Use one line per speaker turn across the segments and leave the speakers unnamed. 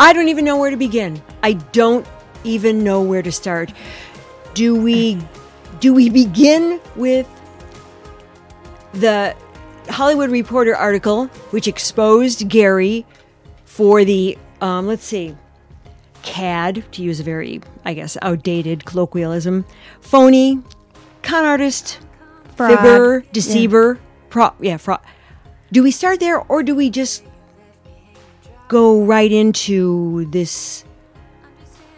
I don't even know where to begin. I don't even know where to start. Do we do we begin with the Hollywood Reporter article which exposed Gary for the um, let's see CAD to use a very I guess outdated colloquialism, phony, con artist,
Fraud.
fibber, deceiver, pro yeah fraud. Do we start there or do we just go right into this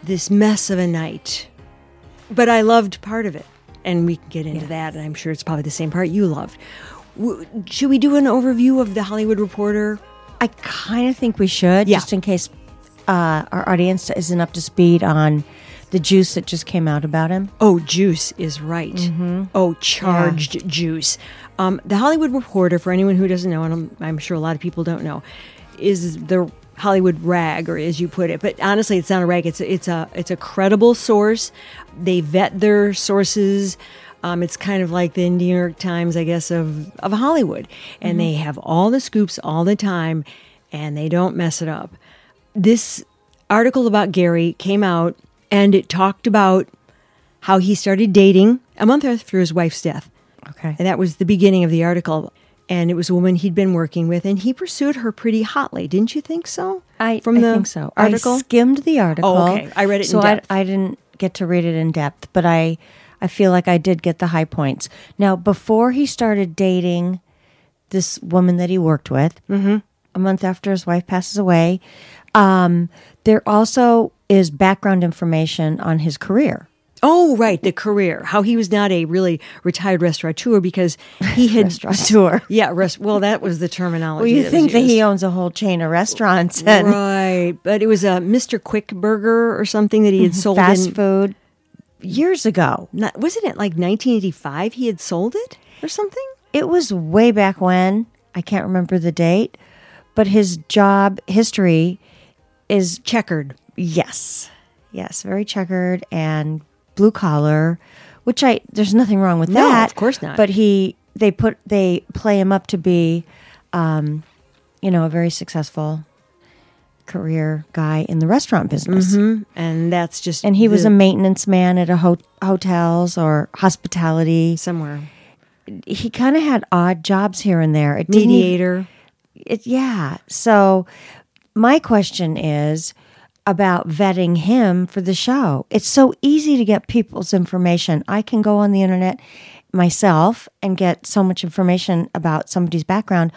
this mess of a night. But I loved part of it, and we can get into that. And I'm sure it's probably the same part you loved. W- should we do an overview of the Hollywood Reporter?
I kind of think we should,
Yeah.
just in case uh, our audience isn't up to speed on the juice that just came out about him.
Oh, juice is right. Oh, charged juice. Um, the Hollywood Reporter, for anyone who doesn't know, and I'm, I'm sure a lot of people don't know, is the Hollywood rag, or as you put it. But honestly, it's not a rag. It's a, it's a it's a credible source. They vet their sources. Um, it's kind of like the New York Times, I guess, of of Hollywood, and they have all the scoops all the time, and they don't mess it up. This article about Gary came out, and it talked about how he started dating a month after his wife's death.
Okay.
And that was the beginning of the article. And it was a woman he'd been working with, and he pursued her pretty hotly. Didn't you think so?
I,
From
I
the
think so. I
article. Oh,
skimmed the article.
okay. I read it in
so
depth.
I, I didn't get to read it in depth, but I, I feel like I did get the high points. Now, before he started dating this woman that he worked with,
Mm-hmm.
a month after his wife passes away, um, there also is background information on his career.
oh, right, the career. How he was not a really retired restaurateur because he had
Restaurateur.
Yeah, rest, well, that was the terminology.
Well, you
was
think that
used.
he owns a whole chain of restaurants and
right? But it was a Mr. Quick Burger or something that he had sold
Mm-hmm. fast
in.
food years ago.
Not, wasn't it like 1985? He had sold it or something.
It was way back when. I can't remember the date, but his job history is
Checkered.
yes, yes, very checkered and blue collar, which I there's nothing wrong with
No,
that.
of course not.
But he they put they play him up to be, um, you know, a very successful career guy in the restaurant business.
Mm, and that's just
Mm-hmm. and he was
the-
a maintenance man at a ho- hotels or hospitality.
somewhere
He kind of had odd jobs here and there. It didn't even-
mediator.
it, yeah. So my question is about vetting him for the show. It's so easy to get people's information. I can go on the internet myself and get so much information about somebody's background.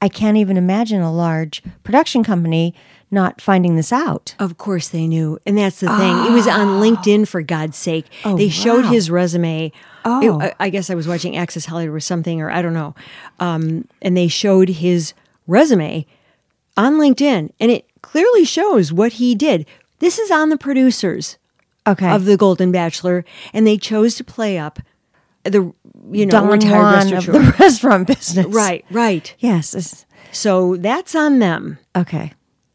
I can't even imagine a large production company not finding this out.
Of course they knew. And that's the thing. It was on LinkedIn for God's sake. they showed
Ah. Oh, wow.
his resume.
Oh.
It- I, I guess I was watching Access Hollywood or something, or I don't know. Um, and they showed his resume on LinkedIn. And it clearly shows what he did. This is on the producers
Okay.
of The Golden Bachelor. And they chose to play up the, you know,
Don
retired
Juan of
restaurateur.
the restaurant business.
Right, right.
Yes. it's-
So that's on them.
Okay.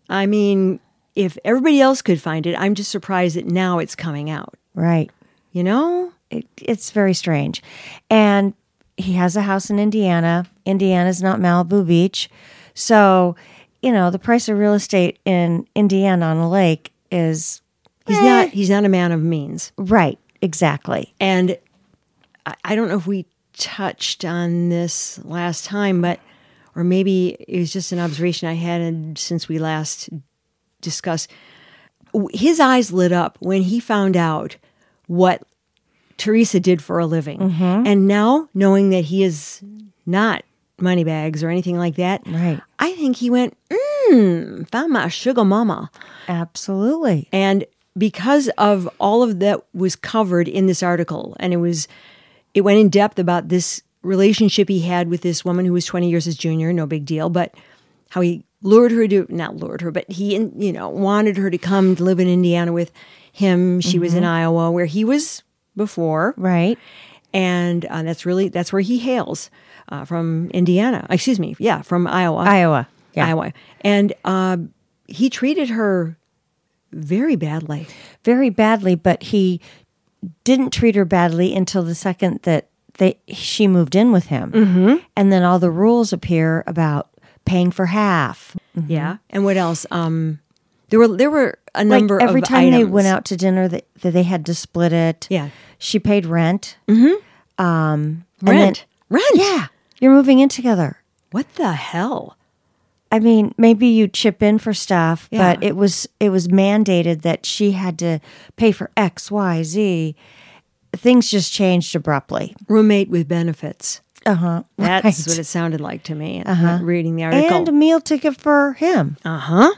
I mean, if everybody else could find it, I'm just surprised that now it's coming out.
Right.
You know?
It, it's very strange. And he has a house in Indiana. Indiana's not Malibu Beach. So, you know, the price of real estate in Indiana on a lake is
He's not he's not a man of means.
right. Exactly.
And I, I don't know if we touched on this last time, but or maybe it was just an observation I had and since we last discussed. W- His eyes lit up when he found out what Teresa did for a living. And now knowing that he is not money bags or anything like that,
Right.
I think he went, mmm, found my sugar mama.
Absolutely.
And because of all of that was covered in this article, and it was, it went in depth about this relationship he had with this woman who was 20 years his junior, no big deal, but how he lured her to, not lured her, but he, you know, wanted her to come to live in Indiana with him. She was in Iowa where he was before
Right.
and uh, that's really that's where he hails uh, from indiana excuse me yeah from iowa
Iowa. Yeah.
iowa and uh, he treated her very badly
Very badly, but he didn't treat her badly until the second that they she moved in with him. Mm-hmm. And then all the rules appear about paying for half.
yeah and what else um There were there were a
Like
number
every
of
time they
items.
went out to dinner, that that they had to split it.
Yeah.
she paid rent. Mm-hmm. Um, and then-
Rent. Rent.
yeah, you're moving in together.
What the hell?
I mean, maybe you chip in for stuff,
Yeah.
but it was it was mandated that she had to pay for X, Y, Z. Things just changed abruptly.
Roommate with benefits.
Uh huh.
Uh-huh. That's what it sounded like to me. And I'm reading the article.
and a meal ticket for him.
uh huh.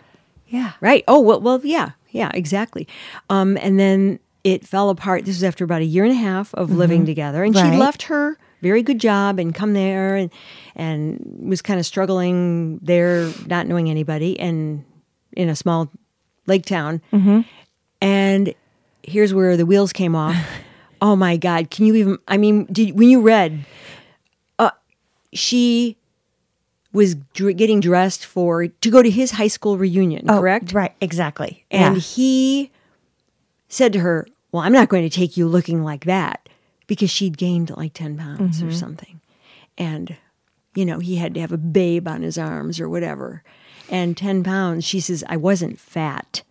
Yeah.
Right. Oh well. Well. Yeah. Yeah. Exactly. Um. And then it fell apart. This was after about a year and a half of living together, and she
Mm-hmm. Right.
left her very good job and come there and and was kind of struggling there, not knowing anybody, and in a small lake town. Mm-hmm. And here's where the wheels came off. oh my God! Can you even? I mean, did when you read, uh, she was dr- getting dressed for to go to his high school reunion.
Oh,
correct.
Right. Exactly.
And
yeah.
he said to her, Well, I'm not going to take you looking like that because she'd gained like 10 pounds
Mm-hmm.
or something. And, you know, he had to have a babe on his arms or whatever. And 10 pounds, she says, I wasn't fat.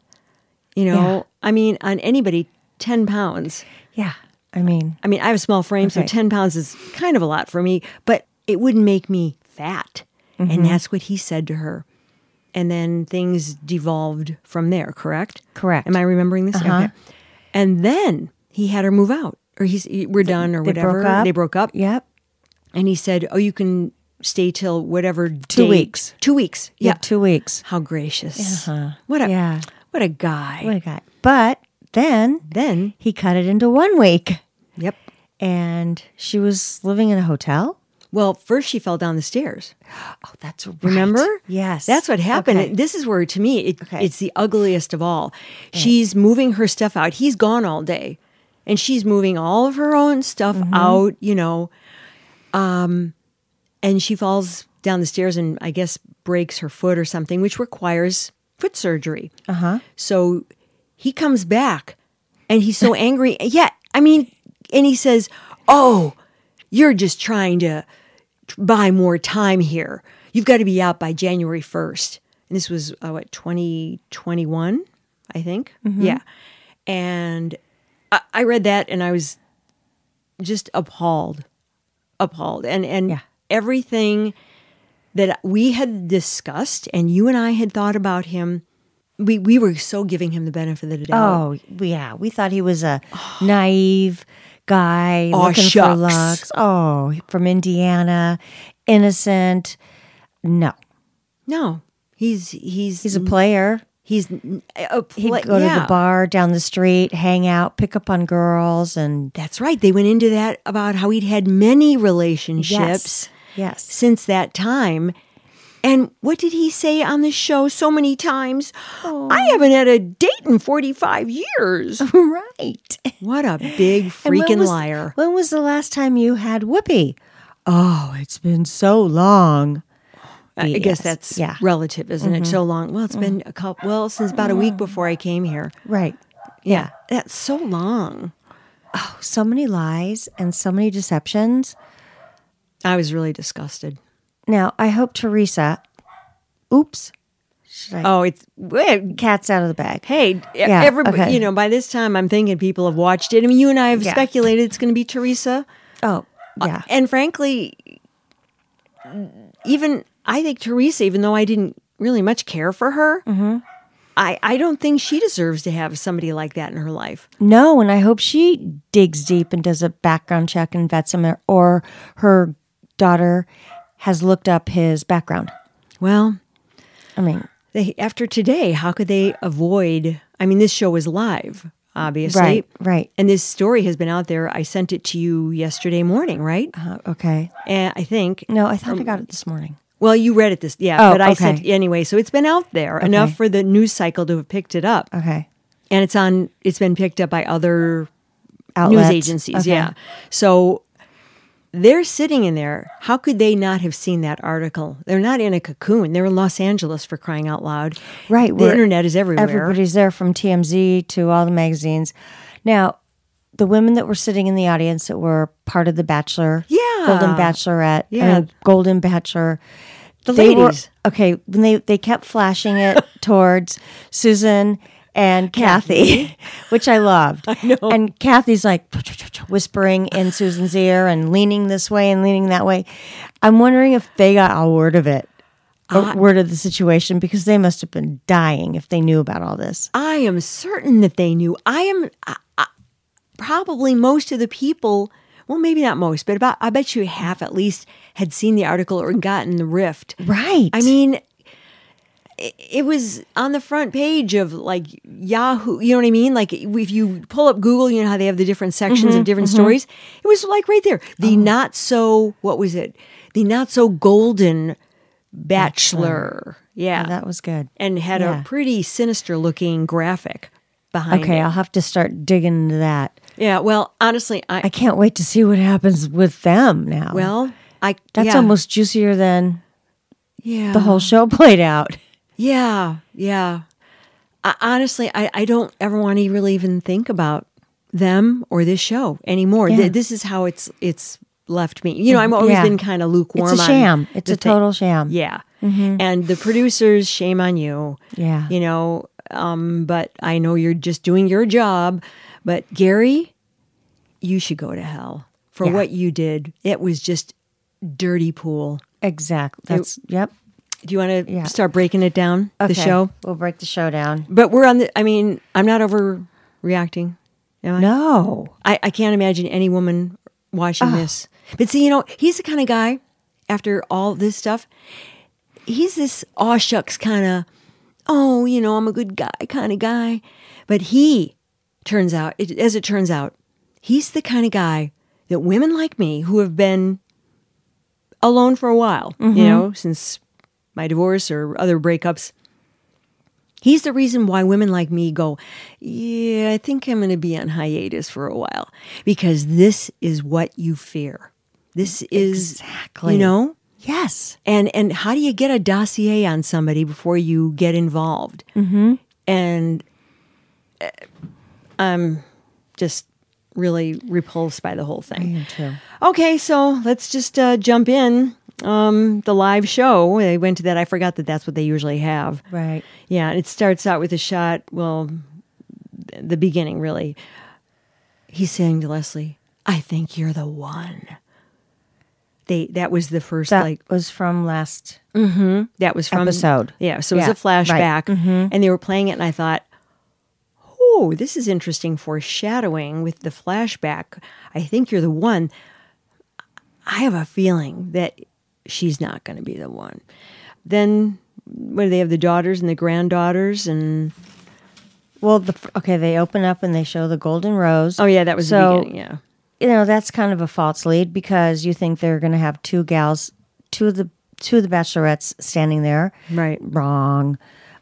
You know,
Yeah.
I mean, on anybody, 10 pounds.
yeah. I mean,
I mean, I have a small frame, so
Right.
10 pounds is kind of a lot for me, but it wouldn't make me fat.
Mm-hmm.
And that's what he said to her. And then things devolved from there, correct?
Correct. Uh-huh.
Am I remembering this? Okay. And then he had her move out, or he's, he- we're done, or
they
whatever.
broke up.
They broke up.
Yep.
And he said, Oh, you can stay till whatever
Two
date-
weeks.
Two weeks.
You
Yeah.
have two weeks.
How gracious. What a
Yeah.
what a guy.
What a guy. But then
Then,
he cut it into one week,
yep.
and she was living in a hotel.
Well, first she fell down the stairs.
Oh, that's right.
Remember?
Yes.
That's what happened.
Okay.
This is where, to me, it,
Okay.
it's the ugliest of all. She's moving her stuff out. He's gone all day, and she's moving all of her own stuff
Mm-hmm.
out. You know, um, and she falls down the stairs and I guess breaks her foot or something, which requires foot surgery. Uh huh. So he comes back, and he's so angry. Yeah, I mean, and he says, "Oh, you're just trying to." buy more time here. You've got to be out by January 1st. And this was, uh, what, 2021, I think? Yeah. And I, I read that and I was just appalled, appalled. And, and
Yeah.
everything that we had discussed and you and I had thought about him, we, we were so giving him the benefit of the doubt.
Oh, yeah. We thought he was a naive guy
Aw,
looking for
shucks.
looks. Oh, from Indiana, innocent. No,
No, he's, he's,
he's a player.
he's n- a
He'd
pla-
go to
yeah.
the bar down the street, hang out, pick up on girls, and
That's right. They went into that about how he'd had many relationships
yes, yes.
since that time. And what did he say on the show so many times?
Oh.
I haven't had a date in 45 years.
Right.
what a big
And when
freaking
was-
liar.
When was the last time you had whoopee? Oh, it's been so long.
I I
yes,
guess that's
yeah.
relative, isn't it? So long. Well, it's been a couple, well, since about a week before I came here.
Right.
Yeah. That's so long.
So many lies and so many deceptions.
I was really disgusted.
Now, I hope Teresa. Oops. Should I?
Oh, it's, wait,
Cat's out of the bag.
Hey,
Yeah,
everybody,
okay.
you know, by this time I'm thinking people have watched it. I mean, you and I have
Yeah.
speculated it's going to be Teresa. Uh,
Oh, yeah.
And frankly, even I think Teresa, even though I didn't really much care for her, I, I don't think she deserves to have somebody like that in her life.
No, and I hope she digs deep and does a background check and vets him, or her daughter has looked up his background.
Well,
I mean,
they, after today, how could they avoid? I mean, this show was live, obviously.
Right, right.
And this story has been out there. I sent it to you yesterday morning, right?
uh, okay.
And I think.
No, I thought I got it this morning.
Well, you read it this, yeah,
Oh,
but I said
okay.
anyway. So it's been out there enough for the news cycle to have picked it up,
Okay.
and it's on. It's been picked up by other
Outlets.
news agencies.
Okay.
Yeah, so they're sitting in there. How could they not have seen that article? They're not in a cocoon. They're in Los Angeles for crying out loud.
Right,
the
we're-
internet is everywhere.
Everybody's there from TMZ to all the magazines. Now, the women that were sitting in the audience that were part of the Bachelor,
Yeah.
Golden Bachelorette, I mean,
Yeah.
Golden Bachelor
The
They were-
ladies.
okay, when they they kept flashing it towards Susan and Kathy, which I loved. I know. And Kathy's like whispering in Susan's ear and leaning this way and leaning that way. I'm wondering if they got a word of it. A word of the situation because they must have been dying if they knew about all this.
I am certain that they knew. I am I, I- probably most of the people. Well, maybe not most, but about I bet you half at least had seen the article or gotten the rift.
Right.
I mean, it, it was on the front page of like Yahoo. You know what I mean? Like if you pull up Google, you know how they have the different sections of different stories. It was like right there. The not so what was it? The not so golden bachelor. Yeah,
that was good.
and had
Yeah.
a pretty sinister looking graphic behind
Okay,
it.
I'll have to start digging into that.
Yeah, well, honestly, I,
I can't wait to see what happens with them now.
well, I
that's
yeah,
almost juicier than
yeah.
the whole show played out.
Yeah, yeah. I, honestly, I, I don't ever want to really even think about them or this show anymore. Th-
Yeah.
this is how it's it's left me. You know, I've always
Yeah.
been kind of lukewarm.
It's a
on
sham. It's
the
a
thing.
total Mm-hmm. sham.
Yeah. And the producers, shame on you.
Yeah.
You know, um, but I know you're just doing your job. But Gary, you should go to hell for what you did. It was just dirty pool.
Exactly. That's yep.
Do you want to
Yeah.
start breaking it down, the
Okay.
show?
We'll break the show down.
But we're on the, I mean, I'm not overreacting. Am I?
No.
I, I can't imagine any woman watching this. But see, you know, he's the kind of guy, after all this stuff, he's this aw shucks kind of, oh, you know, I'm a good guy kind of guy. But he turns out, it, as it turns out, he's the kind of guy that women like me who have been alone for a while, you know, since my divorce or other breakups. He's the reason why women like me go, Yeah, I think I'm going to be on hiatus for a while because this is what you fear. This is,
Exactly.
you know,
Yes.
and and how do you get a dossier on somebody before you get involved? Mm-hmm. And uh, I'm just really repulsed by the whole thing.
Me too.
Okay, so let's just uh, jump in. Um, the live show, they went to that. I forgot that that's what they usually have.
Right.
Yeah, and it starts out with a shot. Well, th- the beginning, really. He's saying to Leslie, "I think you're the one." They that was the first
That
like
was from last.
that was from
Episode.
Yeah, so it was
Yeah,
a flashback,
right. Mm-hmm.
and they were playing it, and I thought, "Oh, this is interesting foreshadowing with the flashback." I think you're the one. I have a feeling that she's not going to be the one. Then, what do they have? The daughters and the granddaughters, and
Well, the okay. They open up and they show the golden rose.
oh yeah, that was
So-
the beginning. Yeah,
you know that's kind of a false lead because you think they're going to have two gals, two of the two of the bachelorettes standing there.
right.
Wrong.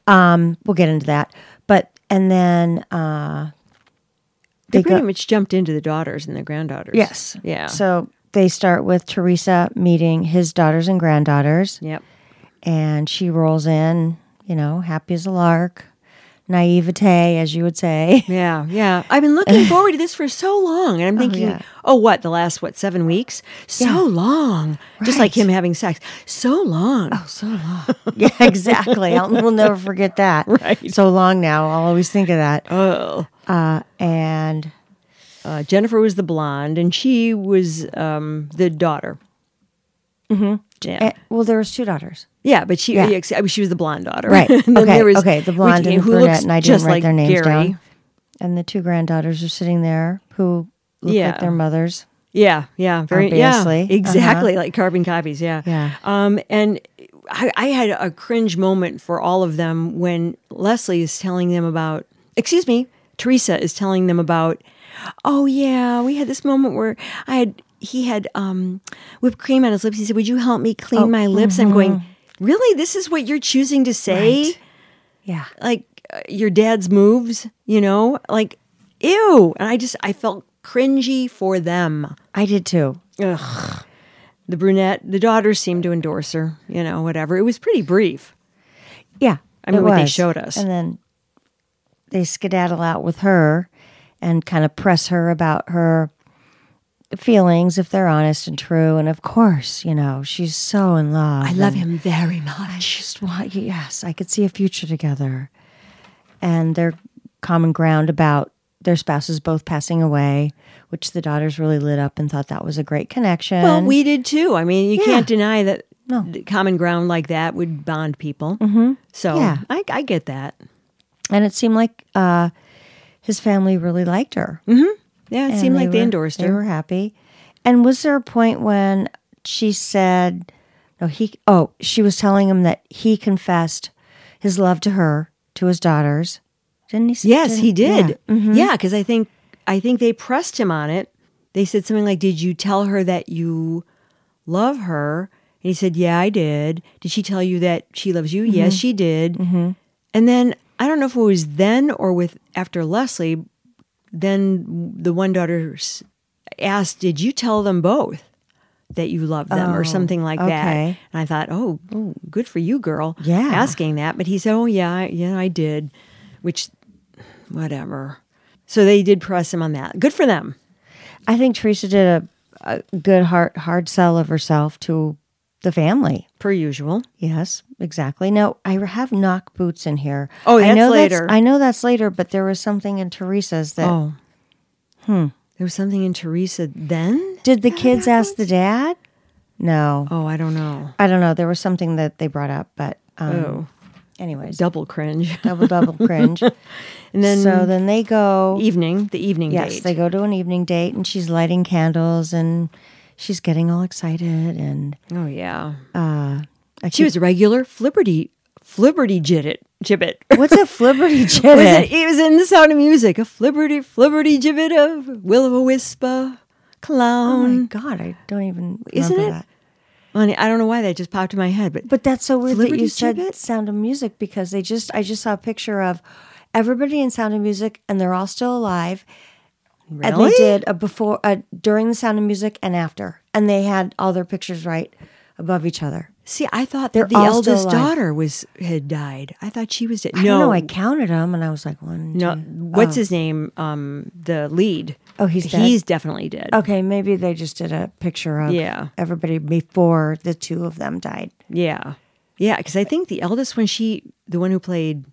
Um, we'll get into that. But and then uh,
They,
They
pretty
go-
much jumped into the daughters and the granddaughters.
yes,
yeah,
So they start with Teresa meeting his daughters and granddaughters,
yep.
and she rolls in, you know, happy as a lark, naivete, as you would say.
Yeah, yeah. I've been looking forward to this for so long, and I'm thinking, oh,
yeah.
what? The last what seven weeks? So long. Just like him having sex. So long. Oh, so long.
yeah, exactly. I'll, we'll never forget that.
Right.
So long now. I'll always think of that.
Oh.
Uh, and
Uh, Jennifer was the blonde, and she was um, the daughter. Mm-hmm. Yeah.
eh, well, there was two daughters.
yeah, but she
yeah.
yeah, ex- I mean, she was the blonde daughter,
Right.
And then
okay.
there was-
okay. The
which-
blonde and the
who
brunette,
looks
and I didn't
just
write
like
their names
Gary.
down. And the two granddaughters are sitting there who look
Yeah.
like their mothers.
Yeah, yeah, very
Obviously. Uh-huh.
yeah, exactly like carbon copies. Yeah,
Yeah.
Um, and I, I had a cringe moment for all of them when Leslie is telling them about. Excuse me, Teresa is telling them about. Oh yeah, we had this moment where I had he had um, whipped cream on his lips. He said, "Would you help me
Oh,
clean my lips?" I'm going, "Really? This is what you're choosing to say?"
mm-hmm. Right. Yeah.
like uh, your dad's moves, you know, like ew. And I just I felt cringy for them.
I did too.
Ugh. The brunette, the daughters seemed to endorse her, you know, whatever. It was pretty brief.
Yeah.
I mean,
it
what they
was.
showed us.
And then they skedaddle out with her and kind of press her about her feelings if they're honest and true. And of course, you know, she's so in love.
I love
and
him very much.
Just want, yes, I could see a future together. And their common ground about their spouses both passing away, which the daughters really lit up and thought that was a great connection.
Well, we did too. I mean, you
Yeah.
can't deny that
No.
the common ground like that would bond people. Mm-hmm. So
Yeah.
I, I get that.
and it seemed like uh, his family really liked her.
Yeah, it
And
seemed like they
were-
endorsed
They
her.
were happy. And was there a point when she said, no, he, oh, she was telling him that he confessed his love to her, to his daughters. Didn't he? say-
Yes,
didn't-
he did.
Yeah. Mhm.
Yeah, because I think I think they pressed him on it. They said something like, "Did you tell her that you love her?" And he said, "Yeah, I did." Did she tell you that she loves you?
Mm-hmm.
Yes, she did. And then I don't know if it was then or with after Leslie. Then the one daughter s- asked, "Did you tell them both that you love them?" or something like that.
Oh, okay.
And I thought, "Oh, ooh, good for you, girl."
Yeah.
asking that, but he said, "Oh yeah, I, yeah, I did," which whatever. So they did press him on that. Good for them.
I think Teresa did a, a good hard, hard sell of herself to the family.
Per usual.
Yes, exactly. Now I have knock boots in here.
Oh,
I
that's
know
later.
I know that's later, but there was something in Teresa's that
Oh. Hmm.
Hmm.
There was something in Teresa then?
did the kids ask the dad? No,
Oh, I don't know.
I don't know. There was something that they brought up, but um,
Oh.
anyways,
Double cringe.
double double cringe.
And then
so then they go.
evening, the evening
yes,
date.
they go to an evening date, and she's lighting candles, and she's getting all excited, and
oh yeah.
uh, I
She was a regular flibberty flibberty jibbit jibbit.
What's a flibberty
Was
jibbit?
it, it was in the sound of music. A flibberty flibberty jibbit of will o wisp
Oh
clown.
my god, I don't even
Isn't
remember
it?
that.
Honey, I don't know why that just popped in my head, but
But that's so weird that you
Flibberty
said
Gibbet?
Sound of Music because they just I just saw a picture of everybody in Sound of Music and they're all still alive. And they
Really?
did a before a during the Sound of Music and after. And they had all their pictures right above each other.
See, I thought that the
all still
eldest
alive.
daughter was had died. I thought she was dead.
I
no,
don't know, I counted them and I was like one.
no.
two-
What's his name? Um, the lead.
Oh, he's dead? Oh.
he's definitely dead.
Okay, maybe they just did a picture of
Yeah.
everybody before the two of them died.
Yeah, yeah. Because I think the eldest one, she, the one who played,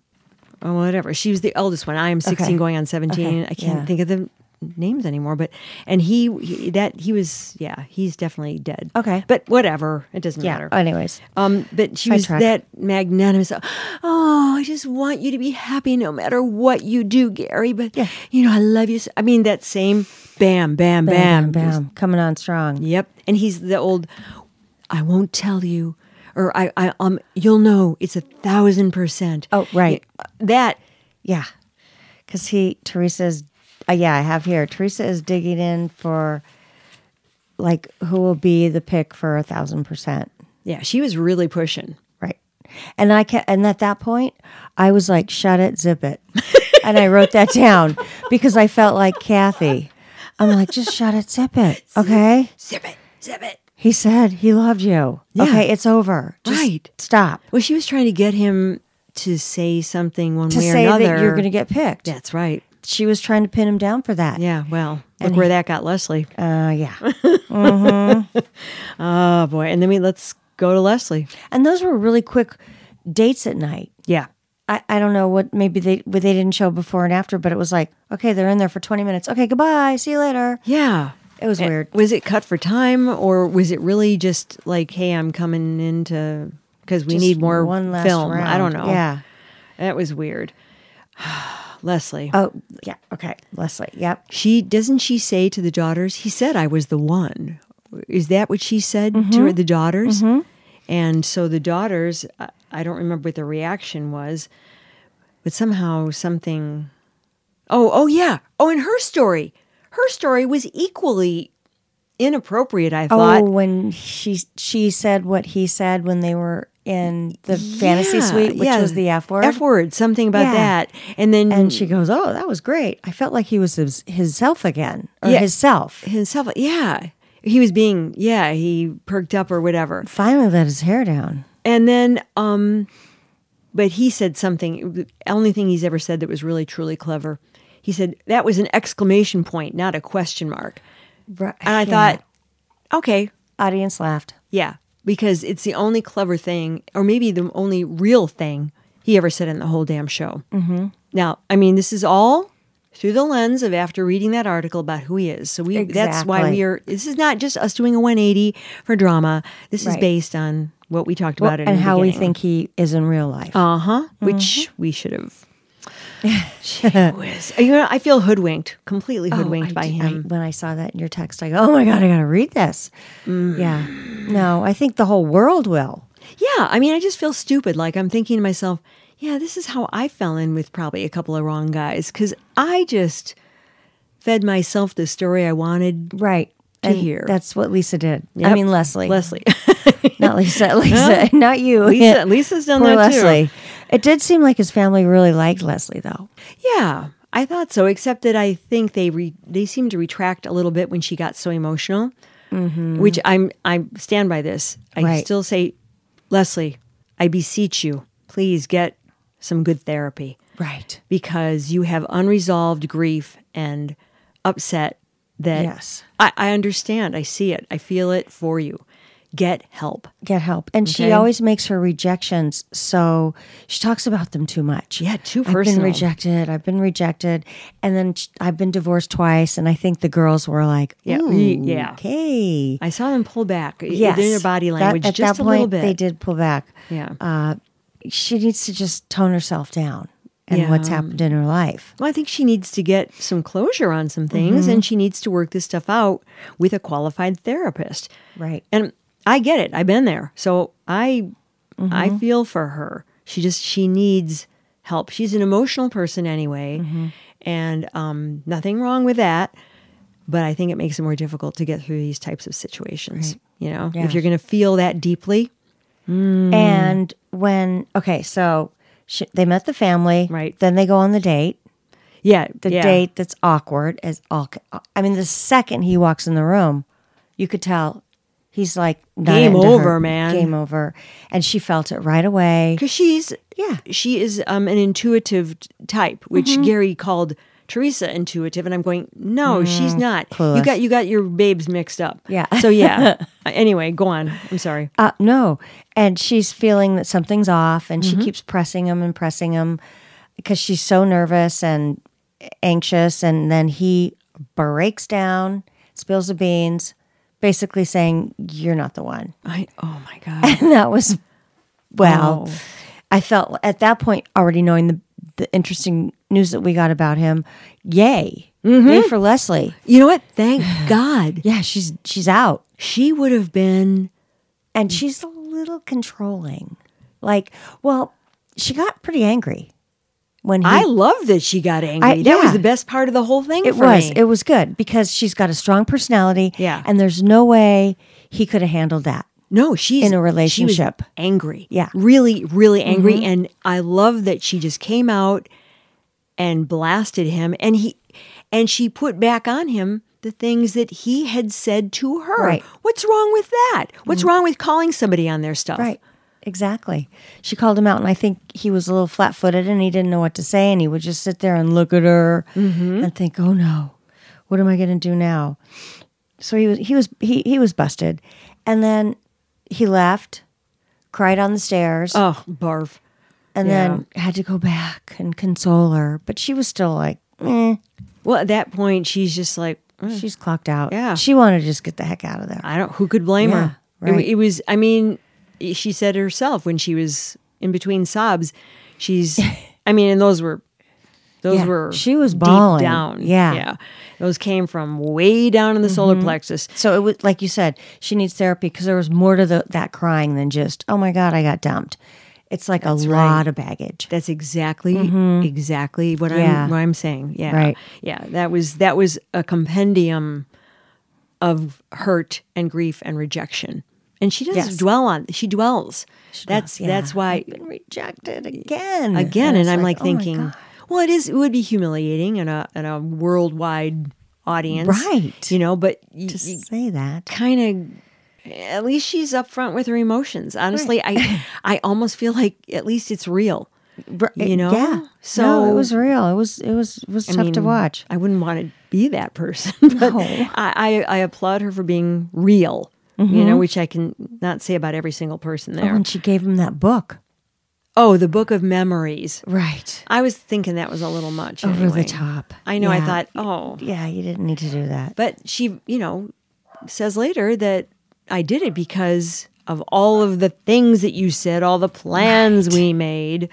oh whatever, she was the eldest one. I am sixteen,
Okay.
going on seventeen.
Okay,
I can't
yeah.
think of the names anymore. But and he, he that he was yeah, he's definitely dead.
Okay.
but whatever, it doesn't
Yeah.
matter.
Anyways.
Um, but she was
Sidetrack.
that magnanimous. Oh, I just want you to be happy no matter what you do, Gary. But
Yeah.
you know, I love you. So, I mean, that same bam, bam, bam,
Bam, bam, coming on strong.
Yep. And he's the old. I won't tell you, or I, I um, you'll know. It's a thousand percent.
Oh, right.
That
Yeah. Because he, Teresa's, uh, yeah, I have here. Teresa is digging in for like who will be the pick for a thousand percent.
yeah, she was really pushing.
Right. And I can, and at that point, I was like, shut it, zip it. and I wrote that down because I felt like Kathy. I'm like, just shut it, zip it. Okay.
Zip it, zip it.
He said he loved you.
Yeah.
Okay. It's over. Just
Right.
Stop.
Well, she was trying to get him to say something one
To
way
say
or another.
that you're going to get picked.
That's right.
She was trying to pin him down for that.
Yeah. Well, look where that got Leslie.
Uh, yeah.
Oh boy! And then we let's go to Leslie.
And those were really quick dates at night.
Yeah,
I, I don't know what maybe they what they didn't show before and after, but it was like, okay, they're in there for 20 minutes. Okay, goodbye. See you later.
yeah.
It was weird.
Was it cut for time, or was it really just like, "Hey, I'm coming in to because we
Just
need more
one last
film"? I don't
round.
know.
Yeah.
that was weird. Leslie,
Oh, yeah. Okay. Leslie. Yep.
she doesn't she say to the daughters, "He said I was the one." Is that what she said
Mm-hmm.
to the daughters? And so the daughters, I- I don't remember what the reaction was, but somehow something. Oh, oh yeah. Oh, and her story, her story was equally inappropriate. I thought.
Oh, when she she said what he said when they were in the fantasy
Yeah,
suite, which
yeah.
was the F word.
F word, something about
Yeah.
that. And then
and she goes, "Oh, that was great. I felt like he was his, himself again, or
Yeah.
himself.
himself, yeah, he was being, yeah, he perked up or whatever.
Finally, let his hair down.
And then, um, but he said something, the only thing he's ever said that was really, truly clever. He said, that was an exclamation point, not a question mark.
Right.
And I
Yeah.
thought, okay,
Audience laughed.
yeah, because it's the only clever thing, or maybe the only real thing he ever said in the whole damn show. Mm-hmm. Now, I mean, this is all through the lens of after reading that article about who he is. So we that's why
Exactly.
we are. This is not just us doing a 180 for drama. This is
Right.
based on what we talked about in
and
the
how we
beginning.
think he is in real life.
Uh huh. Which
Mm-hmm.
we should have. Gee whiz. You know, I feel hoodwinked, completely hoodwinked
Oh, I
by
d- I-
him.
when I saw that in your text, I go, oh my God, I got to read this.
Mm.
Yeah. No, I think the whole world will.
yeah, I mean, I just feel stupid. Like I'm thinking to myself, yeah, this is how I fell in with probably a couple of wrong guys because I just fed myself the story I wanted.
Right.
To
and
hear.
That's what Lisa did. I
Yep.
mean, Leslie.
Leslie,
Not Lisa. Lisa. Not you.
Lisa, Lisa's done
Poor
that
Leslie. It did seem like his family really liked Leslie, though.
too. Yeah, I thought so. Except that I think they re- they seemed to retract a little bit when she got so emotional, which I'm I stand by this. I
Mm-hmm. Right.
still say, Leslie, I beseech you, please get some good therapy.
Right.
because you have unresolved grief and upset that
Yes.
I, I understand. I see it. I feel it for you. Get help.
Get help. And she
Okay.
always makes her rejections so she talks about them too much.
Yeah, too
I've
personal.
been rejected. I've been rejected. And then sh- I've been divorced twice. And I think the girls were like,
Yeah,
"Ooh,
ye- yeah.
okay.
I saw them pull back Yeah,
Yes.
in their body
That-
language
at
just
that
a
point,
little bit.
They did pull back.
Yeah.
Uh, she needs to just tone herself down and what's
Yeah.
happened in her life.
Well, I think she needs to get some closure on some things
Mm-hmm.
and she needs to work this stuff out with a qualified therapist.
Right.
And I get it. I've been there. So I
Mm-hmm.
I feel for her. She just she needs help. She's an emotional person anyway.
Mm-hmm.
And um nothing wrong with that. But I think it makes it more difficult to get through these types of situations. You know,
Yeah.
if you're going to feel that deeply, Mm.
And when, okay, so she, they met the family.
Right.
Then they go on the date.
yeah,
The
yeah.
date that's awkward as all. ca- I mean, the second he walks in the room, you could tell he's like, not
Game
into her.
over, man.
Game over. And she felt it right away.
because she's
Yeah.
she is um, an intuitive t- type, which
Mm-hmm.
Gary called Teresa intuitive, and I'm going, no, she's not. You
clueless.
got you got your babes mixed up.
Mm, Yeah.
So yeah. Uh, anyway, go on. I'm sorry.
Uh, no. And she's feeling that something's off and she keeps pressing him and pressing him because she's so nervous and anxious. And then he breaks down, spills the beans, basically saying, You're not the one.
I oh my god.
And that was, well,
Oh.
I felt at that point already knowing the, the interesting news that we got about him. Yay. Yay for Leslie.
You know what? Thank God
Yeah, she's she's out.
she would have been.
and she's a little controlling. Like, well, she got pretty angry when he.
I love that she got angry.
I-
That was
yeah.
the best part of the whole thing.
it
for
was
me.
it was good because she's got a strong personality.
Yeah.
and there's no way he could have handled that.
no, she's
in a
she was
relationship.
angry.
Yeah. Mm-hmm.
really, really angry. And I love that she just came out and blasted him, and he and she put back on him the things that he had said to her.
Right. Mm-hmm.
What's wrong with that? What's wrong with calling somebody on their stuff?
Right. Exactly. She called him out, and I think he was a little flat footed and he didn't know what to say. And he would just sit there and look at her
Mm-hmm.
and think, oh no, what am I going to do now? So he was, he was, he, he was busted. And then he left, cried on the stairs.
Oh, barf.
and then had to go back and console her. But she was still like, eh,
Well, at that point, she's just like,
she's clocked out.
Yeah.
She wanted to just get the heck out of there.
I don't. Who could blame her?
Yeah,
It-
right.
It, was. I mean, she said herself when she was in between sobs. She's. I mean, and those were. Those
Yeah,
were.
she was
deep
bawling.
down.
Yeah. Mm-hmm.
Yeah. Those came from way down in the solar plexus.
So it was like you said, she needs therapy because there was more to the, that crying than just, oh my God, I got dumped. It's like a lot of baggage.
That's exactly exactly what
Mm-hmm. Yeah.
I'm what I'm saying. Yeah.
Right.
Yeah. That was that was a compendium of hurt and grief and rejection. And she doesn't
Yes.
dwell on she dwells. that's
yeah.
that's why
Been rejected again.
again and,
it's
i'm like,
oh my
thinking
God.
well it is it would be humiliating in a in a worldwide audience
Right.
you know but you,
to say that.
kind of at least she's upfront with her emotions honestly i i almost feel like at least it's real
Br-
you know?
yeah. So
So-
it was real. It was it was it was tough to
mean,
watch.
I wouldn't want to be that person, but I, I, I applaud her for being real. You
Mm-hmm.
know, which I can not say about every single person there.
And she gave him that book. Uh-huh.
Oh, the Book of Memories.
Right.
I was thinking that was a little much.
Over
anyway.
the top.
I know. I
Yeah.
thought, oh,
Yeah, you didn't need to do that.
but she, you know, says later that I did it because of all of the things that you said, all the plans we made.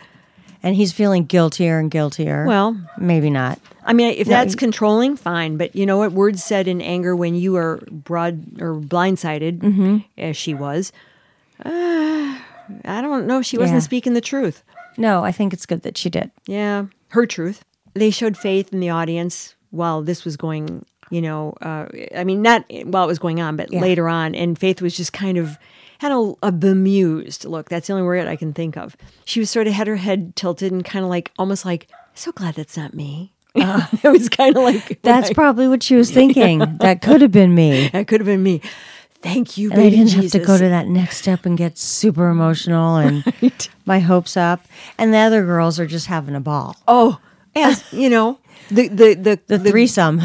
And he's feeling guiltier and guiltier.
Well,
maybe not.
I mean, if that's controlling, fine. But you know what? Words said in anger when you are broad or blindsided, as she was, uh, I don't know. She wasn't
Yeah.
speaking the truth.
No, I think it's good that she did.
Yeah, her truth. They showed faith in the audience while this was going. You know, uh, I mean, not while it was going on, but later on. And Faith was just kind of had a, a bemused look. That's the only word I can think of. She was sort of had her head tilted and kind of like almost like so glad that's not me. Uh, it was kind of like
That's probably what she was thinking. That could have been me.
that could have been me. Thank you,
And I
baby
didn't
Jesus.
have to go to that next step and get super emotional and my hopes up. And the other girls are just having a ball.
oh, as you know, the the the,
The threesome.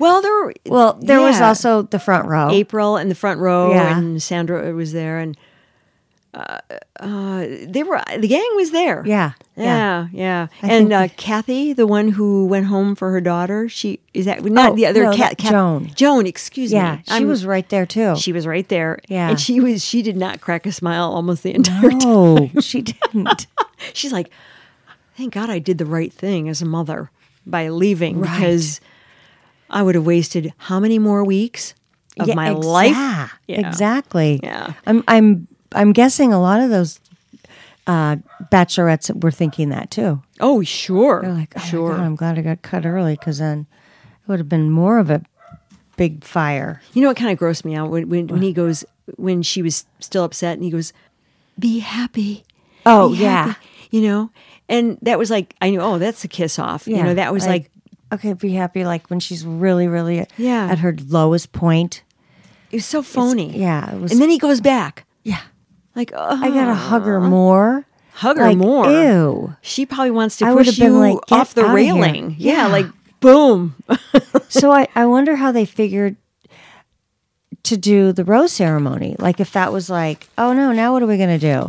well, there were-
Well, there was
yeah.
also the front row.
April in the front row,
Oh. Yeah.
and Sandra was there, and uh, uh, they were the gang was there.
Yeah,
yeah,
yeah.
yeah.
I
And
think-
uh, Kathy, the one who went home for her daughter, she is that not
Oh,
the other
no,
Cat,
that- Joan.
Joan, excuse
Yeah,
me.
she
I'm-
was right there too.
She was right there.
Yeah.
and she was. She did not crack a smile almost the entire time.
no, she didn't.
She's like, thank God I did the right thing as a mother by leaving because I would have wasted how many more weeks of
Yeah,
my
exa-
life? Yeah.
Exactly.
Yeah.
I'm I'm I'm guessing a lot of those uh, bachelorettes were thinking that too.
Oh, sure.
They're like, oh my
sure.
God, I'm glad I got cut early because then it would have been more of a big fire.
You know what kind of grossed me out when, when, when he goes, when she was still upset and he goes, be happy.
Oh,
be
yeah.
happy," You know? And that was like, I knew, oh, that's the kiss off. You know, that was like,
okay, be happy. Like when she's really, really
Yeah.
at her lowest point.
it was so phony.
yeah, it was-
And then he goes back.
Yeah,
Like, oh,
I gotta hug her more.
hug her
Like,
more.
Ew.
She probably wants to
I
push
would've been
you
like, "Get
off the
outta here."
railing. Yeah,
Yeah.
like boom.
so I, I wonder how they figured to do the rose ceremony. Like if that was like, oh no, now what are we gonna do?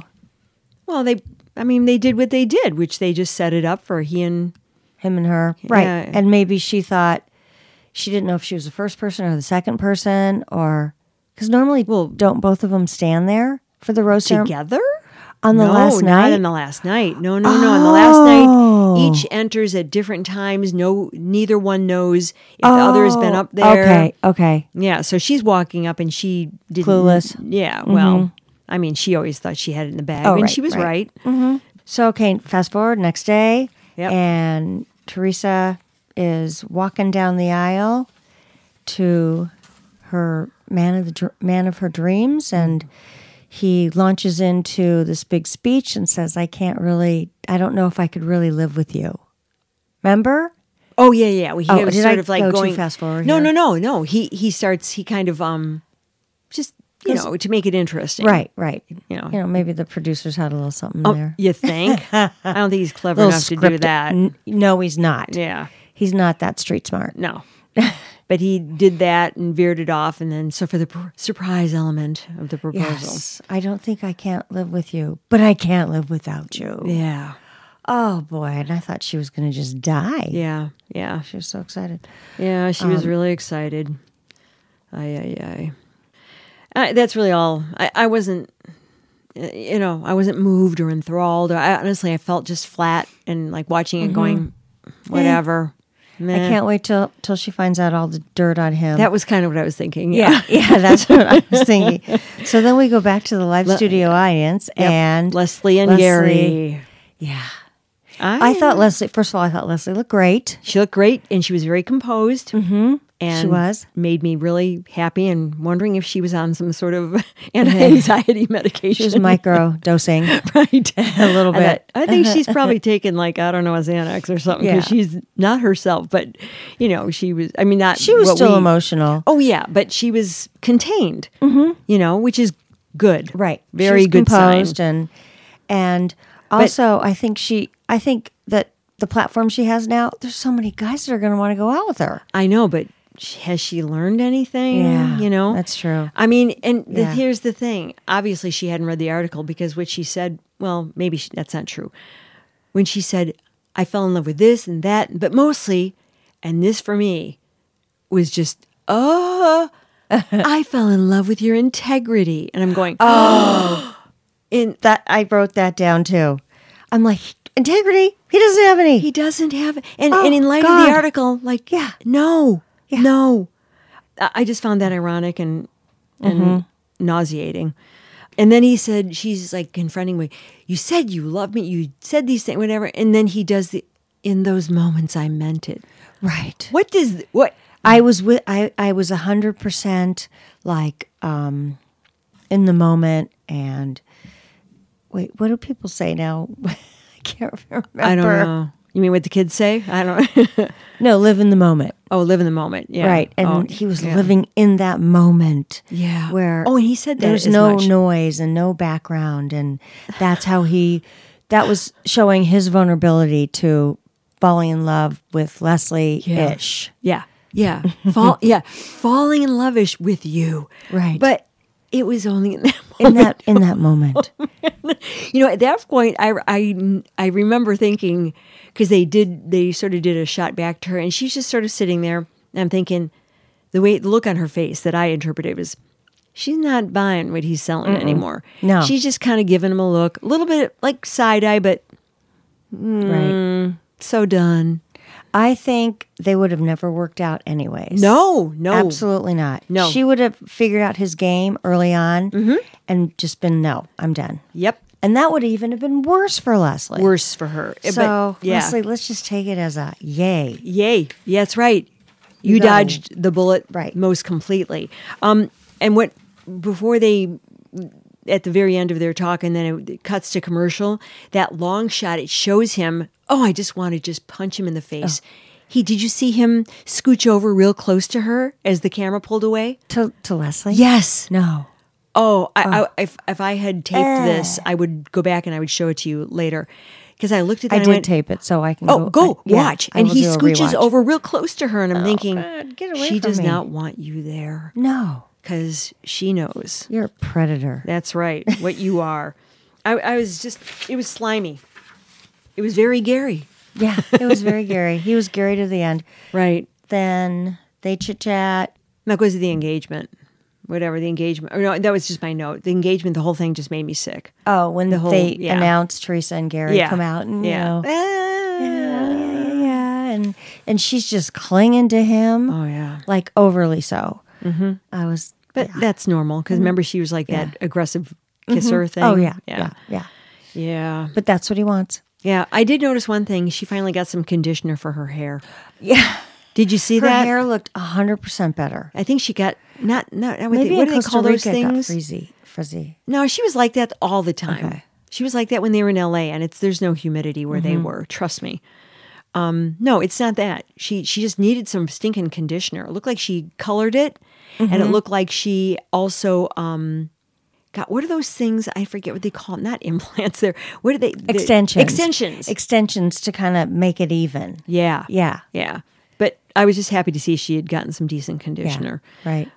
Well, they. I mean, they did what they did, which they just set it up for he and.
Him and her. Right.
Yeah.
And maybe she thought she didn't know if she was the first person or the second person or because normally well, don't both of them stand there for the rose ceremony
Together
on the
no,
last
not
night? Oh.
on the last night. No, no, no. On the last night, each enters at different times. No, neither one knows if the other has been
Oh,
up there.
Okay, okay.
Yeah, so she's walking up and she didn't.
Clueless. Mm-hmm.
Yeah. Well, I mean, she always thought she had it in the bag,
Oh,
and
right,
she was right.
right. So okay, fast forward next day,
Yep.
and Teresa is walking down the aisle to her man of the dr- man of her dreams, and he launches into this big speech and says, "I can't really, I don't know if I could really live with you." Remember?
Oh yeah, yeah. Well, he
Oh,
was
did
sort
I
of like
go too
going
fast forward
No,
here?
no, no, no. He he starts. He kind of um, just you
Goes-
know to make it interesting,
Right, right.
You know.
you know, maybe the producers had a little something
Oh,
there.
you think? I don't think he's clever
Little
enough to do
scripted.
that.
N- no, he's not.
Yeah,
He's not that street smart.
no. but he did that and veered it off, and then so for the pr- surprise element of the proposal,
Yes, I don't think I can't live with you, but I can't live without you.
yeah,
Oh boy, and I thought she was going to just die.
yeah, yeah,
She was so excited.
yeah. She
Um,
was really excited. Ay, ay, ay. Uh, that's really all. I, I wasn't, uh, you know, I wasn't moved or enthralled. Or I, honestly, I felt just flat and like watching it, going, whatever.
Mm-hmm. I
Meh.
can't wait till till she finds out all the dirt on him.
That was kind of what I was thinking.
yeah, yeah, that's what I was thinking. So then we go back to the live studio audience and
Leslie and
Leslie.
Gary.
Yeah, I thought Leslie. First of all, I thought Leslie looked great.
she looked great and she was very composed. Mm-hmm. And
She was.
Made me really happy and wondering if she was on some sort of anti anxiety medication.
She was micro dosing
right.
a little
I, thought-
bit.
I think she's probably taken like I don't know a Xanax or something because
Yeah.
she's not herself. But you know, she was. I mean, not
She was
what
still
we-
emotional.
Oh yeah, but she was contained.
Mm-hmm.
You know, which is good.
Right. She
Very
was
good sign.
composed and and Also, I think she, I think that the platform she has now, there's so many guys that are going to want to go out with her. Mm,
I know, but sh- has she learned anything?
Yeah,
you know,
that's true.
I mean, and the,
Yeah.
here's the thing: obviously, she hadn't read the article because what she said, well, maybe she, that's not true. When she said, "I fell in love with this and that," but mostly, and this for me was just, oh, I fell in love with your integrity, and I'm going, oh, in
That I wrote that down too. I'm like, integrity? He doesn't have any.
He doesn't have and
Oh,
and in light of
God.
the article, like
Yeah.
no, no. I I just found that ironic and and
Mm-hmm.
nauseating. And then he said, she's like confronting me. You said you loved me. You said these things, whatever. And then he does the. In those moments, I meant it.
right.
What does what?
I was with I, I was a hundred percent like um in the moment and wait, what do people say now? I can't remember.
I don't know. You mean what the kids say? I don't.
No, live in the moment.
oh, live in the moment. Yeah.
Right. And
Oh,
he was
yeah.
living in that moment.
Yeah.
Where
Oh, and he said that
there's
as
no
much.
noise and no background and that's how he that was showing his vulnerability to falling in love with Leslie ish.
Yeah. Yeah. Fall yeah. Falling in loveish with you.
Right.
But it was only in that
In that in that moment.
you know, at that point I I, I remember thinking because they did they sort of did a shot back to her and she's just sort of sitting there and I'm thinking the way the look on her face that I interpreted was she's not buying what he's selling anymore.
No.
She's just kind of giving him a look, a little bit like side eye, but
Right.
Mm. so done.
I think they would have never worked out anyways.
No, no.
Absolutely not.
No. Mm-hmm.
She would have figured out his game early on and just been, no, I'm done.
Yep.
And that would even have been worse for Leslie.
Worse for her. Eh, But,
So,
yeah.
Leslie, let's just take it as a yay.
Yay. Yeah, that's right. You,
got it.
dodged the bullet
Right.
most completely. Um, and what before they at the very end of their talk and then it cuts to commercial, that long shot it shows him, oh, I just want to just punch him in the face.
Oh.
He did you see him scooch over real close to her as the camera pulled away?
To, to Leslie?
Yes.
No.
Oh, I, I, if if I had taped
Eh.
this, I would go back and I would show it to you later. Because I looked at that
I
and
did
went,
tape it so I can
Oh, go
I- yeah,
watch.
I
and
will
he
do a
scooches
rewatch.
over real close to her, and I'm thinking,
God, get away
she
from
does
me.
not want you there
No.
because she knows.
You're a predator.
That's right, what you are. I, I was just, it was slimy. It was very Gary.
Yeah. It was very Gary. He was Gary to the end.
Right.
Then they chit chat.
That goes to the engagement. Whatever, the engagement. Or no, that was just my note. The engagement, the whole thing just made me sick.
Oh, when
whole-
they
yeah.
announced Teresa and Gary come out and you know
Ah.
"Oh,
yeah.
yeah, yeah, yeah, yeah. And and she's just clinging to him,
Oh, yeah.
like overly so. Mm-hmm. I was,
But that's normal because remember, she was like that aggressive kisser thing.
Mm-hmm. oh yeah, yeah,
Yeah.
yeah,
Yeah.
But that's what he wants.
Yeah, I did notice one thing. She finally got some conditioner for her hair.
Yeah,
Did you see
her
that?
hair looked hundred percent better.
I think she got not not what,
Maybe
they, what
in
do they
Costa
call those
Rica it got
things?
frizzy, frizzy.
No, she was like that all the time.
Okay. Mm-hmm.
She was like that when they were in LA and it's there's no humidity where they were, trust me. Um, no, it's not that. She she just needed some stinking conditioner. It looked like she colored it and
Mm-hmm.
it looked like she also um God, what are those things? I forget what they call them. Not implants. They're what are they? the-
Extensions,
Extensions.
extensions to kind of make it even.
yeah.
Yeah,
Yeah. But I was just happy to see she had gotten some decent
yeah,
conditioner.
right.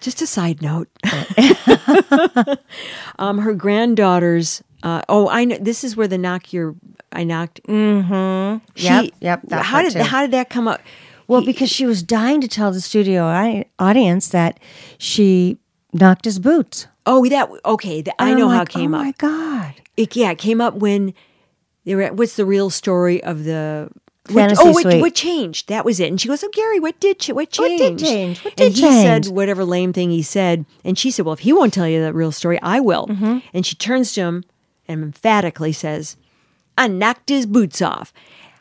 Just a side note. um, her granddaughters. Uh, oh, I know. This is where the knock your. I knocked. She,
Mm-hmm. Yep, yep, that
How
part
did
too.
how did that come up?
Well, because she was dying to tell the studio au- audience that she knocked his boots.
Oh, that okay. The, I
And
know how
I'm
it
like,
came
oh
up.
my god!
It, yeah, it came up when they were. At, what's the real story of the? what-
Fantasy
oh, what,
suite.
what changed? That was it. And she goes, "Oh, Gary, what did ch- what
What did
changed?
change? What
and
did
he
change?
said whatever lame thing he said, and she said, "Well, if he won't tell you the real story, I will."
Mm-hmm.
And she turns to him and emphatically says, "I knocked his boots off."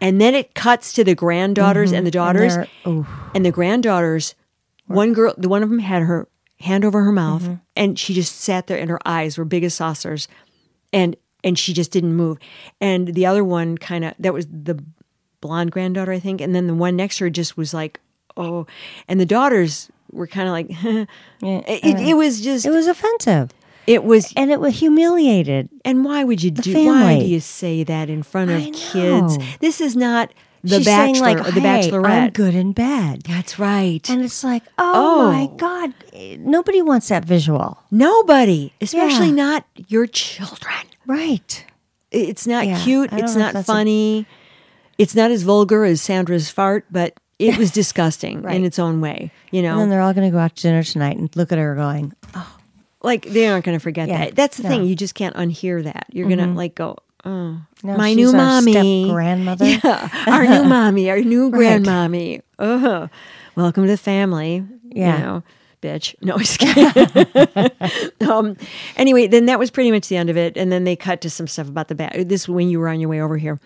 And then it cuts to the granddaughters and the daughters,
Mm-hmm. they're-
and, the granddaughters. One girl, the one of them had her hand over her mouth,
Mm-hmm.
and she just sat there, and her eyes were big as saucers, and and she just didn't move. And the other one, kind of, that was the blonde granddaughter, I think, and then the one next to her just was like, oh, and the daughters were kind of like, it, it, it was just,
It was offensive.
It was,
and it was humiliated.
and why would you do? Why
family.
do you say that in front of
I
kids?
know.
This is not the
She's saying,
Bachelor
like,
or the
"Hey, I'm
Bachelorette.
good in bed.
That's right.
And it's like, oh,
Oh.
my God, nobody wants that visual.
Nobody, especially
Yeah.
not your children.
Right.
It's not
Yeah,
cute.
I don't
It's
know if
not
that's a-
funny. It's not as vulgar as Sandra's fart, but it was disgusting in
Right. Um,
its own way. You know,
And then they're all going to go out to dinner tonight and look at her going,
like they aren't going to forget
Yeah,
that. That's the
no.
thing. You just can't unhear that. You're going to like go, oh,
Now
my
she's
new
our
mommy,
step-grandmother."
yeah, our new mommy, our new grandmommy. Oh, welcome to the family.
Yeah.
you know, bitch. No, I'm just kidding. um, anyway, then that was pretty much the end of it, and then they cut to some stuff about the bat. This when you were on your way over here.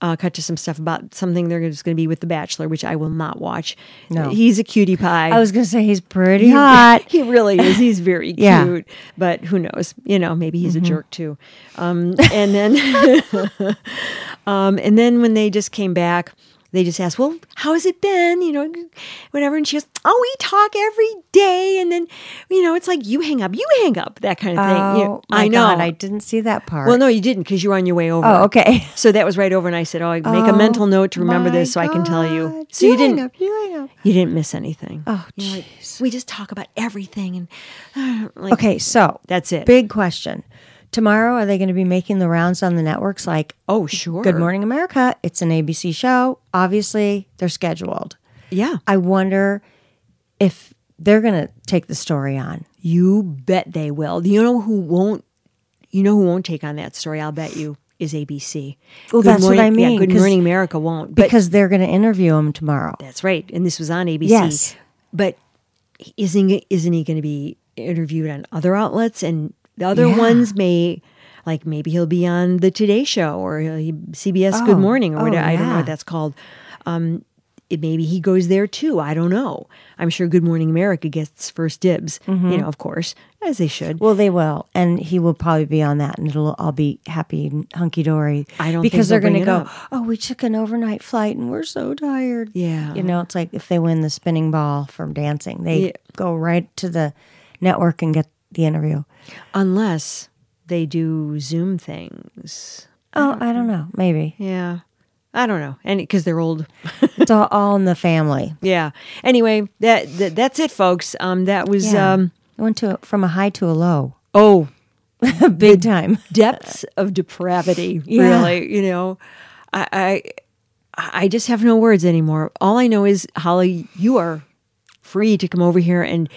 Uh, cut to some stuff about something they're just going to be with the Bachelor, which I will not watch.
No.
he's a cutie pie.
I was going to say he's pretty hot.
He really is. He's very
Yeah. Mm-hmm.
cute, but who knows? You know, maybe he's a jerk too. Um, and then, um, and then when they just came back, they just asked, "Well, how has it been?" You know, whatever. And she goes, "Oh, we talk every day." And then, you know, it's like you hang up, you hang up, that kind of thing. You know,
Oh, my
I know.
God, I didn't see that part.
well, no, you didn't because you were on your way over.
Oh, okay.
So that was right over, and I said, "Oh, I make a
Oh,
mental note to remember
my
this, so I can tell you."
God.
So you didn't.
Hang up, you hang up.
You didn't miss anything.
Oh,
You know, like,
jeez.
we just talk about everything and uh, like
Okay, so
That's it.
Big question. Tomorrow, are they going to be making the rounds on the networks like
oh sure.
Good Morning America? It's an ABC show. Obviously, they're scheduled.
Yeah.
I wonder if they're going to take the story on.
You bet they will. You know who won't you know who won't take on that story, I'll bet you, is ABC.
Well,
Good
that's what I
Morning- Yeah,
mean,
Good
'cause-
Morning America won't. But
Because they're going to interview him tomorrow.
that's right. And this was on ABC.
Yes.
But isn't isn't he gonna be interviewed on other outlets and the other
Yeah.
ones may like maybe he'll be on the Today Show or he'll- he- CBS Good
Oh,
Morning or
oh,
whatever. I don't know
yeah.
what that's called. Um, it, maybe he goes there too. I don't know. I'm sure Good Morning America gets first dibs,
Mm-hmm.
you know, of course, as they should.
Well, they will, and he will probably be on that, and it'll all be happy and hunky dory.
I don't think
because
they'll
they're going to
bring
go.
it
Oh, we took an overnight flight, and we're so tired.
Yeah.
you know, it's like if they win the spinning ball from dancing, they
Yeah.
go right to the network and get the interview.
Unless they do Zoom things.
Oh, I don't know. Maybe
Yeah. I don't know. And because they're old.
it's all, all in the family.
yeah. Anyway, that, that that's it, folks. Um, that was, um,
I went to from a high to a low,
oh,
big time.
depths of depravity,
Yeah.
really. You know, I, I I just have no words anymore. All I know is Holly, you are free to come over here and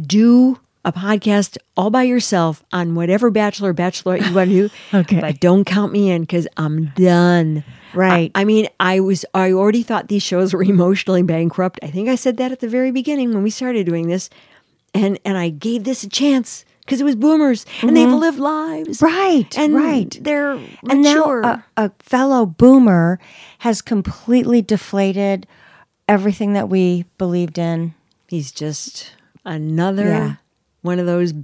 do a podcast all by yourself on whatever bachelor or bachelorette you want to do.
Okay.
But don't count me in because I'm done.
Right.
I, I mean, I was I already thought these shows were emotionally bankrupt. I think I said that at the very beginning when we started doing this. And and I gave this a chance because it was boomers and they've
Mm-hmm.
lived lives.
Right,
And
right.
They're
and
mature.
now a, a fellow boomer has completely deflated everything that we believed in.
He's just another
Yeah.
one of those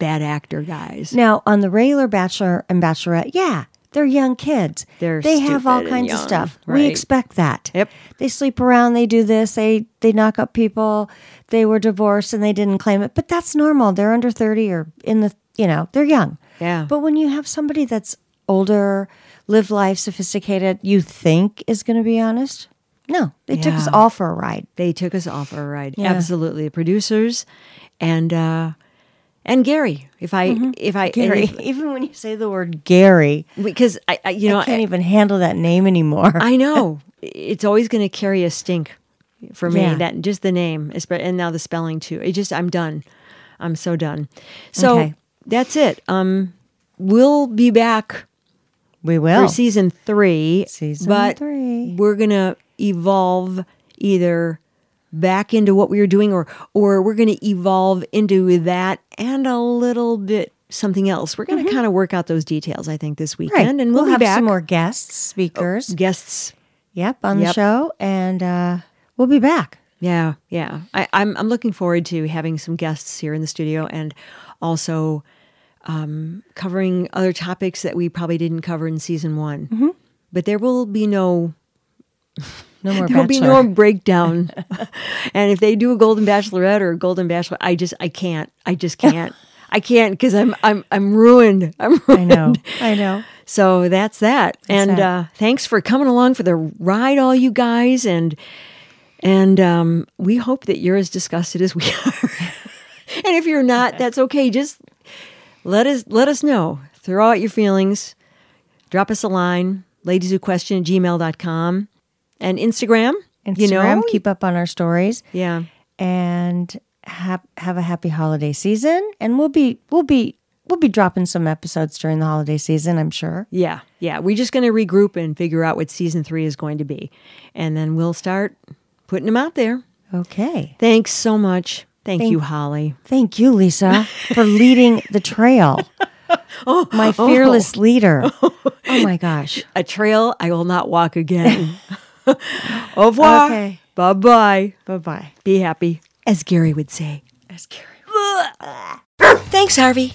bad actor guys.
Now, on the regular Bachelor and Bachelorette, yeah, they're young kids.
They're
they have all
stupid and
kinds of
young,
stuff. We
right.
expect that.
Yep.
They sleep around. They do this. They they knock up people. They were divorced and they didn't claim it, but that's normal. They're under thirty or in the you know they're young.
Yeah.
But when you have somebody that's older, lived life, sophisticated, you think is going to be honest. No, they took us
Yeah.
all for a ride.
They took us off our ride.
Yeah.
Absolutely. The producers and uh and Gary. If I if I and
Mm-hmm. Gary,
if-
e-, even when you say the word Gary,
because I, I you know
I can't even handle that name anymore.
Uh, I know it's always going to carry a stink for me.
Yeah.
That just the name, espe- and now the spelling too. It just I'm done. I'm so done. So
Okay.
that's it. Um, we'll be back
we
for
will.
season three.
Season
but
three.
We're gonna evolve either back into what we were doing, or or we're gonna evolve into that and a little bit something else. We're gonna kind of work out those details. I think this weekend, and Mm-hmm. we'll,
have
be back.
some more guests, speakers.
guests
Yep, on
Yep.
the show, and uh, we'll be back.
Yeah, yeah. I, I'm I'm looking forward to having some guests here in the studio and also um, covering other topics that we probably didn't cover in season one. But there will be no
No more
there will be
Bachelor.
no breakdown. and if they do a Golden Bachelorette or a Golden Bachelor, I just I can't. I just can't. I can't because I'm I'm I'm ruined. I'm
I
ruined.
know. I know.
So that's that. and
that.
Uh, thanks for coming along for the ride, all you guys, and and um, we hope that you're as disgusted as we are. and if you're not, that's okay. Just let us let us know. Throw out your feelings. Drop us a line, ladieswhoquestion at gmail.com and Instagram.
Instagram,
you know,
keep up on our stories
yeah.
and have have a happy holiday season. And we'll be we'll be we'll be dropping some episodes during the holiday season, I'm sure.
Yeah, yeah. We're just going to regroup and figure out what season three is going to be. And then we'll start putting them out there.
Okay.
Thanks so much. Thank, you, Holly.
Thank you, Lisa, for leading the trail. my fearless leader. Oh my gosh.
A trail I will not walk again. Au revoir.
Okay.
Bye bye.
Bye bye.
Be happy, as Gary would say.
That's scary.
Thanks, Harvey.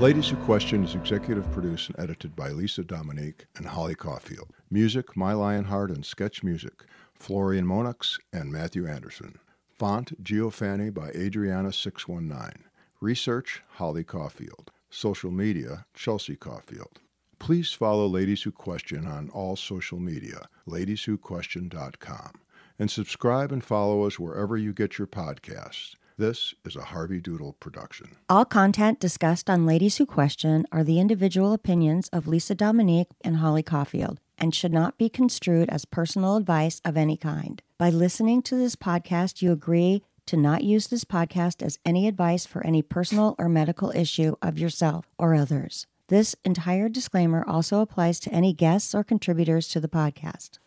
Ladies Who Question is executive produced and edited by Lisa Dominique and Holly Caulfield. Music, My Lionheart and Sketch Music, Florian Monax and Matthew Anderson. Font, Geofanny by Adriana619. Research, Holly Caulfield. Social media, Chelsea Caulfield. Please follow Ladies Who Question on all social media, ladieswhoquestion.com, and subscribe and follow us wherever you get your podcasts. This is a Harvey Doodle production.
All content discussed on Ladies Who Question are the individual opinions of Lisa Dominique and Holly Caulfield and should not be construed as personal advice of any kind. By listening to this podcast, you agree to not use this podcast as any advice for any personal or medical issue of yourself or others. This entire disclaimer also applies to any guests or contributors to the podcast.